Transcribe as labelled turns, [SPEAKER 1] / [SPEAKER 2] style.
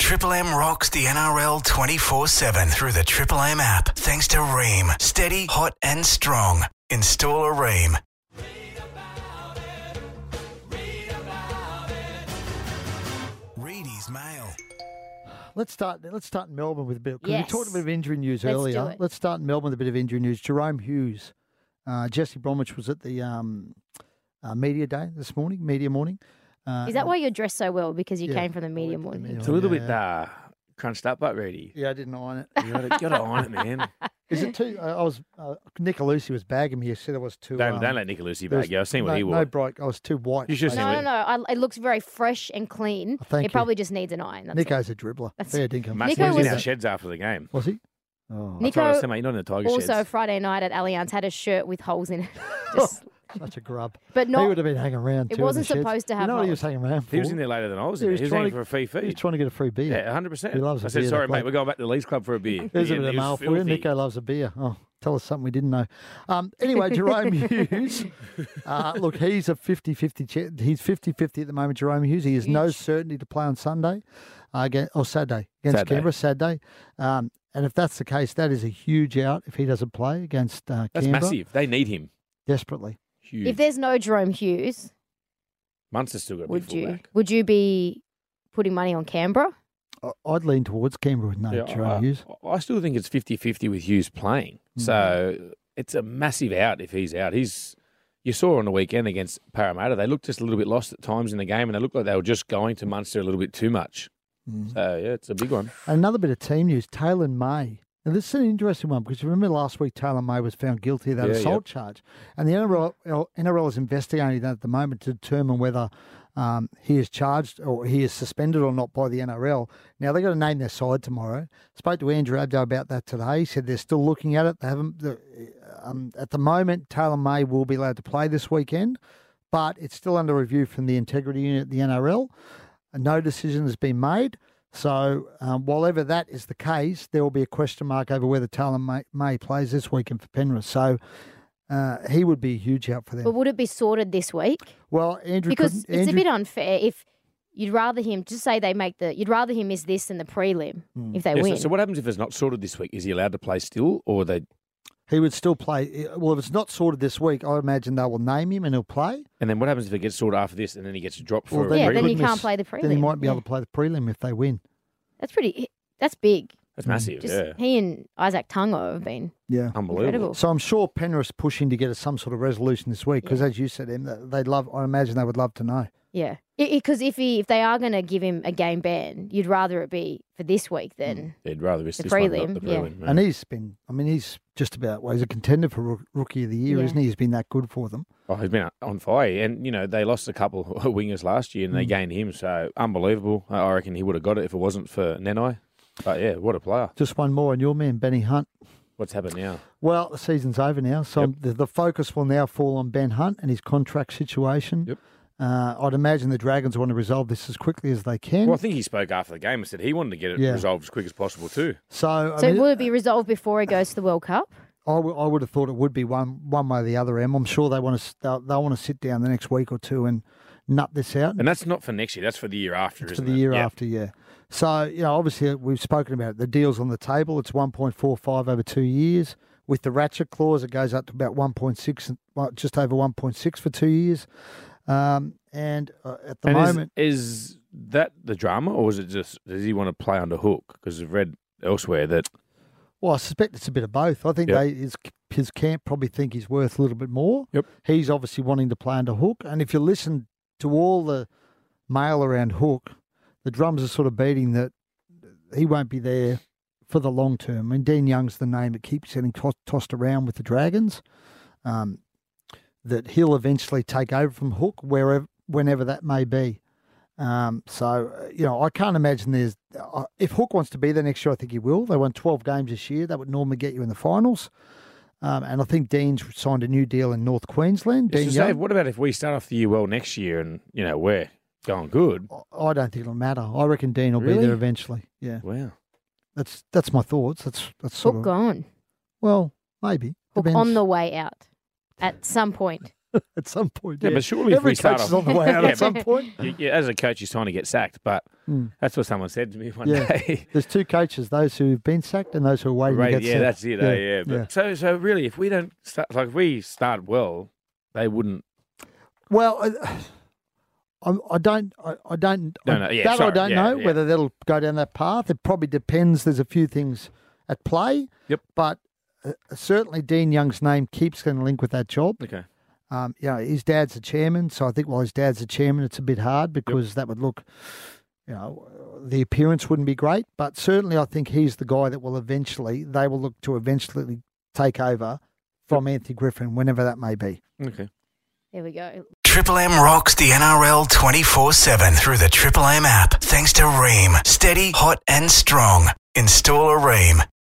[SPEAKER 1] Triple M rocks the NRL 24 7 through the Triple M app. Thanks to Ream. Steady, hot, and strong. Install a Ream. Reedy's Mail.
[SPEAKER 2] Let's start. Let's start in Melbourne with a bit. 'cause
[SPEAKER 3] Yes.
[SPEAKER 2] We talked a bit of injury news
[SPEAKER 3] Let's do
[SPEAKER 2] earlier.
[SPEAKER 3] it.
[SPEAKER 2] Let's start in Melbourne with a bit of injury news. Jerome Hughes, uh, Jesse Bromwich was at the um, uh, media day this morning, media morning. Uh,
[SPEAKER 3] Is that why you're dressed so well? Because you
[SPEAKER 2] Yeah.
[SPEAKER 3] came from the media morning.
[SPEAKER 4] It's a little bit uh, crunched up, but ready.
[SPEAKER 2] Yeah, I didn't iron it.
[SPEAKER 4] You gotta, gotta iron it, man.
[SPEAKER 2] Is it too? I I was. Uh, Nicolucci was bagging me. He said I was too.
[SPEAKER 4] Don't,
[SPEAKER 2] um,
[SPEAKER 4] don't let Nicolussi
[SPEAKER 2] there was
[SPEAKER 4] back you. I've seen what
[SPEAKER 2] no,
[SPEAKER 4] he wore.
[SPEAKER 2] No bright. I was too white.
[SPEAKER 4] You should've
[SPEAKER 3] No,
[SPEAKER 4] Anyway.
[SPEAKER 3] no, no. I, it looks very fresh and clean.
[SPEAKER 2] Oh, Thank
[SPEAKER 3] it
[SPEAKER 2] you.
[SPEAKER 3] probably just needs an iron. That's
[SPEAKER 2] Nico's a dribbler.
[SPEAKER 3] That's-
[SPEAKER 2] Fair dinkum.
[SPEAKER 4] Must
[SPEAKER 3] Nico
[SPEAKER 4] was in
[SPEAKER 3] was-
[SPEAKER 4] our sheds after the game.
[SPEAKER 2] Was he? Oh,
[SPEAKER 3] it. Nico
[SPEAKER 4] That's what I was saying, mate. You're not in the Tiger
[SPEAKER 3] also
[SPEAKER 4] sheds.
[SPEAKER 3] Friday night at Allianz had a shirt with holes in it. Just,
[SPEAKER 2] such a grub.
[SPEAKER 3] but
[SPEAKER 2] he
[SPEAKER 3] not.
[SPEAKER 2] would have been hanging around.
[SPEAKER 3] It
[SPEAKER 2] too in the
[SPEAKER 3] wasn't
[SPEAKER 2] sheds.
[SPEAKER 3] supposed to
[SPEAKER 2] You
[SPEAKER 3] have
[SPEAKER 2] know what he was
[SPEAKER 3] holes.
[SPEAKER 2] hanging around for?
[SPEAKER 4] He was in there later than I was.
[SPEAKER 2] Yeah,
[SPEAKER 4] in
[SPEAKER 2] he was
[SPEAKER 4] there. He was
[SPEAKER 2] trying
[SPEAKER 4] in
[SPEAKER 2] to-
[SPEAKER 4] for a fee
[SPEAKER 2] He
[SPEAKER 4] fee.
[SPEAKER 2] was trying to get a free beer.
[SPEAKER 4] Yeah, 100%.
[SPEAKER 2] He loves a
[SPEAKER 4] I said,
[SPEAKER 2] beer,
[SPEAKER 4] sorry,
[SPEAKER 2] that
[SPEAKER 4] mate,
[SPEAKER 2] bloke."
[SPEAKER 4] we're going back to the Leagues Club for a beer.
[SPEAKER 2] There's a
[SPEAKER 4] And
[SPEAKER 2] bit of
[SPEAKER 4] he was
[SPEAKER 2] mail for you.
[SPEAKER 4] filthy.
[SPEAKER 2] Nico loves a beer. Oh, tell us something we didn't know. Um, anyway, Jerome Hughes. Uh, look, he's a 50 50. He's 50 50 at the moment, Jerome Hughes. He has no certainty to play on Sunday uh, aga or Saturday against
[SPEAKER 4] Saturday.
[SPEAKER 2] Canberra, Saturday. Um, and if that's the case, that is a huge out if he doesn't play against uh,
[SPEAKER 4] That's
[SPEAKER 2] Canberra.
[SPEAKER 4] massive. They need him.
[SPEAKER 2] Desperately.
[SPEAKER 4] Huge.
[SPEAKER 3] If there's no Jerome Hughes,
[SPEAKER 4] Munster's still got to be
[SPEAKER 3] would you
[SPEAKER 4] fullback.
[SPEAKER 3] would you be putting money on Canberra?
[SPEAKER 2] I- I'd lean towards Canberra with no
[SPEAKER 4] Yeah,
[SPEAKER 2] Jerome
[SPEAKER 4] I,
[SPEAKER 2] Hughes. Hmm.
[SPEAKER 4] I- I still think it's 50-50 with Hughes playing. So it's a massive out if he's out. He's you saw on the weekend against Parramatta, they looked just a little bit lost at times in the game, and they looked like they were just going to Munster a little bit too much.
[SPEAKER 2] Mm.
[SPEAKER 4] So yeah, it's a big one.
[SPEAKER 2] Another bit of team news: Taylor May. Now this is an interesting one because you remember last week Taylor May was found guilty of that
[SPEAKER 4] Yeah,
[SPEAKER 2] assault charge, and the NRL, NRL is investigating that at the moment to determine whether um, he is charged or he is suspended or not by the NRL. Now they've got to name their side tomorrow. Spoke to Andrew Abdo about that today. He said they're still looking at it. They haven't. the- Um, at the moment, Taylor May will be allowed to play this weekend, but it's still under review from the integrity unit at the NRL no decision has been made. So, um, whatever that is the case, there will be a question mark over whether Taylor May, May plays this weekend for Penrith. So, uh, he would be a huge help for
[SPEAKER 3] But
[SPEAKER 2] them.
[SPEAKER 3] would it be sorted this week?
[SPEAKER 2] Well, Andrew,
[SPEAKER 3] Because
[SPEAKER 2] couldn't-
[SPEAKER 3] it's
[SPEAKER 2] Andrew,
[SPEAKER 3] a bit unfair if you'd rather him just say they make the you'd rather him miss this than the prelim
[SPEAKER 2] Hmm.
[SPEAKER 3] if they
[SPEAKER 4] Yeah, so,
[SPEAKER 3] win.
[SPEAKER 4] so what happens if it's not sorted this week? Is he allowed to play still, or they
[SPEAKER 2] he would still play. Well, if it's not sorted this week, I imagine they will name him and he'll play.
[SPEAKER 4] And then what happens if it gets sorted after this, and then he gets dropped for
[SPEAKER 2] Well,
[SPEAKER 4] a
[SPEAKER 3] then- Yeah,
[SPEAKER 4] pre-
[SPEAKER 3] then he
[SPEAKER 2] couldn't
[SPEAKER 3] can't
[SPEAKER 2] miss-
[SPEAKER 3] play the
[SPEAKER 2] Then he
[SPEAKER 3] prelim,
[SPEAKER 2] might be able
[SPEAKER 3] yeah.
[SPEAKER 2] to play the prelim if they win.
[SPEAKER 3] that's pretty. That's big.
[SPEAKER 4] That's massive.
[SPEAKER 3] Just
[SPEAKER 4] yeah,
[SPEAKER 3] he and Isaac Tungo have been
[SPEAKER 2] Yeah.
[SPEAKER 4] unbelievable.
[SPEAKER 3] incredible.
[SPEAKER 2] So I'm sure Penrith's pushing to get us some sort of resolution this week because, as you said, Em, that they'd love. I imagine they would love to know.
[SPEAKER 3] Yeah, because if he if they are going to give him a game ban, you'd rather it be for this week than
[SPEAKER 4] They'd rather miss
[SPEAKER 3] The
[SPEAKER 4] this one, not
[SPEAKER 3] prelim,
[SPEAKER 4] the
[SPEAKER 3] yeah.
[SPEAKER 4] prelim.
[SPEAKER 2] And he's been, I mean, he's just about, well, he's a contender for Rook- Rookie of the Year,
[SPEAKER 3] Yeah.
[SPEAKER 2] isn't he? He's been that good for them.
[SPEAKER 4] Oh, he's been on fire, and you know they lost a couple of wingers last year, and
[SPEAKER 2] Mm.
[SPEAKER 4] they gained him, so unbelievable. I I reckon he would have got it if it wasn't for Nenai. But yeah, what a player!
[SPEAKER 2] Just one more, and your man, Benny Hunt.
[SPEAKER 4] What's happened now?
[SPEAKER 2] Well, the season's over now, so the, the focus will now fall on Ben Hunt and his contract situation.
[SPEAKER 4] Yep.
[SPEAKER 2] Uh, I'd imagine the Dragons want to resolve this as quickly as they can.
[SPEAKER 4] Well, I think he spoke after the game and said he wanted to get it
[SPEAKER 2] Yeah.
[SPEAKER 4] resolved as quick as possible too.
[SPEAKER 2] so,
[SPEAKER 3] So
[SPEAKER 2] I, mean, uh,
[SPEAKER 3] will it be resolved before he goes to the World Cup?
[SPEAKER 2] I, w- I would have thought it would be one one way or the other. Em, I'm sure they want to they'll, they'll want to sit down the next week or two and nut this out.
[SPEAKER 4] And that's not for next year; that's for the year after,
[SPEAKER 2] for
[SPEAKER 4] isn't
[SPEAKER 2] the
[SPEAKER 4] it?
[SPEAKER 2] year
[SPEAKER 4] Yeah.
[SPEAKER 2] after, yeah. So, you know, obviously uh, we've spoken about it. The deal's on the table. It's 1.45 over two years. With the ratchet clause, it goes up to about 1.6, and- well, just over 1.6 for two years. Um, and uh, at the
[SPEAKER 4] And is-
[SPEAKER 2] moment,
[SPEAKER 4] is, that the drama, or is it just does he want to play under hook? Because I've read elsewhere that
[SPEAKER 2] well, I suspect it's a bit of both. I think
[SPEAKER 4] Yep.
[SPEAKER 2] they his, his camp probably think he's worth a little bit more.
[SPEAKER 4] Yep.
[SPEAKER 2] He's obviously wanting to play under Hook. And if you listen to all the mail around Hook, the drums are sort of beating that he won't be there for the long term. And Dean Young's the name that keeps getting to- tossed around with the Dragons. Um, that he'll eventually take over from Hook wherever, whenever that may be. Um, so uh, you know, I can't imagine there's uh, if Hook wants to be there next year, I think he will. They won 12 games this year. That would normally get you in the finals. Um, and I think Dean's signed a new deal in North Queensland.
[SPEAKER 4] It's
[SPEAKER 2] Dean
[SPEAKER 4] just,
[SPEAKER 2] Young.
[SPEAKER 4] Dave, what about if we start off the year well next year, and you know we're going good?
[SPEAKER 2] I don't think it'll matter. I reckon Dean will be
[SPEAKER 4] Really?
[SPEAKER 2] there eventually. Yeah,
[SPEAKER 4] Wow.
[SPEAKER 2] that's that's my thoughts. That's that's sort
[SPEAKER 3] Hook
[SPEAKER 2] of
[SPEAKER 3] gone.
[SPEAKER 2] well, maybe
[SPEAKER 3] Hook
[SPEAKER 2] Depends.
[SPEAKER 3] on the way out at some point.
[SPEAKER 2] at some point.
[SPEAKER 4] Yeah, but surely if
[SPEAKER 2] every
[SPEAKER 4] we start
[SPEAKER 2] coach is
[SPEAKER 4] off-
[SPEAKER 2] on the way out
[SPEAKER 4] Yeah,
[SPEAKER 2] at some point.
[SPEAKER 4] You- you- as a coach, you're trying to get sacked, but
[SPEAKER 2] Mm.
[SPEAKER 4] that's what someone said to me one
[SPEAKER 2] Yeah.
[SPEAKER 4] day.
[SPEAKER 2] There's two coaches: those who've been sacked and those who are waiting
[SPEAKER 4] Right,
[SPEAKER 2] to get
[SPEAKER 4] yeah,
[SPEAKER 2] sacked.
[SPEAKER 4] that's it.
[SPEAKER 2] Yeah,
[SPEAKER 4] eh, Yeah, But
[SPEAKER 2] yeah.
[SPEAKER 4] so, so really, if we don't start, like, if we start well, they wouldn't.
[SPEAKER 2] Well, I, I'm- I don't, I, I don't,
[SPEAKER 4] Don't know. Yeah,
[SPEAKER 2] that I
[SPEAKER 4] sorry.
[SPEAKER 2] don't
[SPEAKER 4] Yeah,
[SPEAKER 2] know
[SPEAKER 4] yeah.
[SPEAKER 2] whether that'll go down that path. It probably depends. There's a few things at play.
[SPEAKER 4] Yep.
[SPEAKER 2] But uh, certainly, Dean Young's name keeps going to link with that job.
[SPEAKER 4] Okay.
[SPEAKER 2] Um, you know, his dad's a chairman, so I think while his dad's a chairman, it's a bit hard because that would look, you know, the appearance wouldn't be great. But certainly, I think he's the guy that will eventually they will look to eventually take over from Anthony Griffin, whenever that may be.
[SPEAKER 4] Okay.
[SPEAKER 3] There we go.
[SPEAKER 1] Triple M rocks the NRL 24 7 through the Triple M app thanks to Ream. Steady, hot, and strong. Install a Ream.